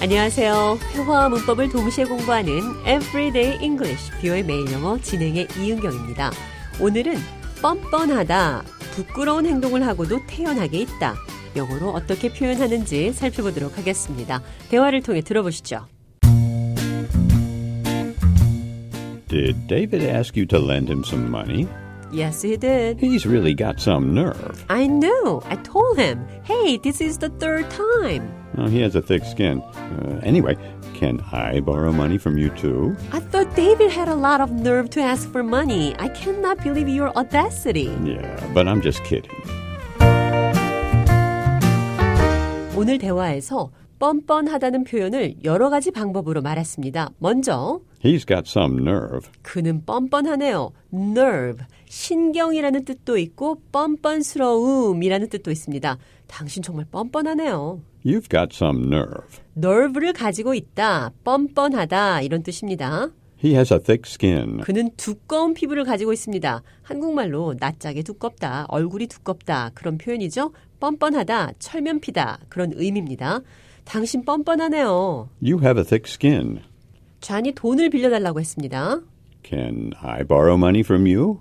안녕하세요. 회화와 문법을 동시에 공부하는 Everyday English 뷰의 매일 영어 진행의 이은경입니다. 오늘은 뻔뻔하다, 부끄러운 행동을 하고도 태연하게 있다. 영어로 어떻게 표현하는지 살펴보도록 하겠습니다. 대화를 통해 들어보시죠. Did David ask you to lend him some money? Yes, he did. He's really got some nerve. I know. I told him, hey, this is the third time. Well, Oh, he has a thick skin. Uh, anyway, can I borrow money from you too? I thought David had a lot of nerve to ask for money. I cannot believe your audacity. Yeah, but I'm just kidding. 오늘 대화에서 뻔뻔하다는 표현을 여러 가지 방법으로 말했습니다. 먼저 He's got some nerve. 그는 뻔뻔하네요. nerve 신경이라는 뜻도 있고 뻔뻔스러움이라는 뜻도 있습니다. 당신 정말 뻔뻔하네요. You've got some nerve. nerve를 가지고 있다. 뻔뻔하다 이런 뜻입니다. He has a thick skin. 그는 두꺼운 피부를 가지고 있습니다. 한국말로 낯짝이 두껍다, 얼굴이 두껍다 그런 표현이죠. 뻔뻔하다, 철면피다 그런 의미입니다. 당신 뻔뻔하네요. You have a thick skin. 잔이 돈을 빌려달라고 했습니다. Can I borrow money from you?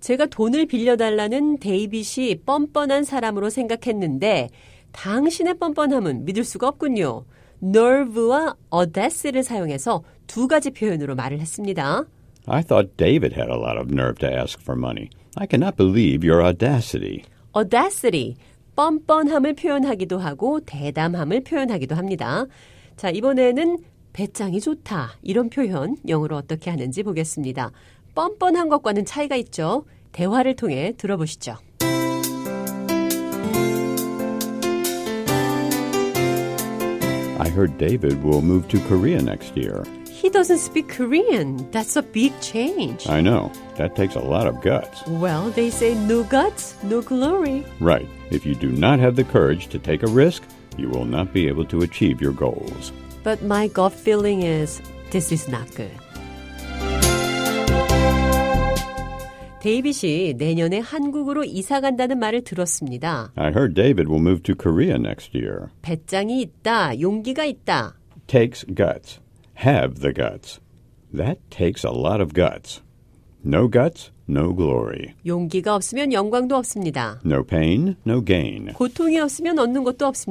제가 돈을 빌려달라는 데이빗이 뻔뻔한 사람으로 생각했는데 당신의 뻔뻔함은 믿을 수가 없군요. nerve와 audacity를 사용해서 두 가지 표현으로 말을 했습니다. I thought David had a lot of nerve to ask for money. I cannot believe your audacity. audacity, 뻔뻔함을 표현하기도 하고 대담함을 표현하기도 합니다. 자, 이번에는 배짱이 좋다. 이런 표현 영어로 어떻게 하는지 보겠습니다. 뻔뻔한 것과는 차이가 있죠. 대화를 통해 들어보시죠. I heard David will move to Korea next year. He doesn't speak Korean. That's a big change. I know. That takes a lot of guts. Well, they say no guts, no glory. Right. If you do not have the courage to take a risk, you will not be able to achieve your goals. But my gut feeling is this is not good. 데이빗이 내년에 한국으로 이사 간다는 말을 들었습니다. I heard David will move to Korea next year. 배짱이 있다, 용기가 있다. Takes guts. Have the guts. That takes a lot of guts. No guts, no glory. 용기가 없으면 영광도 없습니다. No pain, no gain. 고통이 없으면 얻는 것도 없습니다.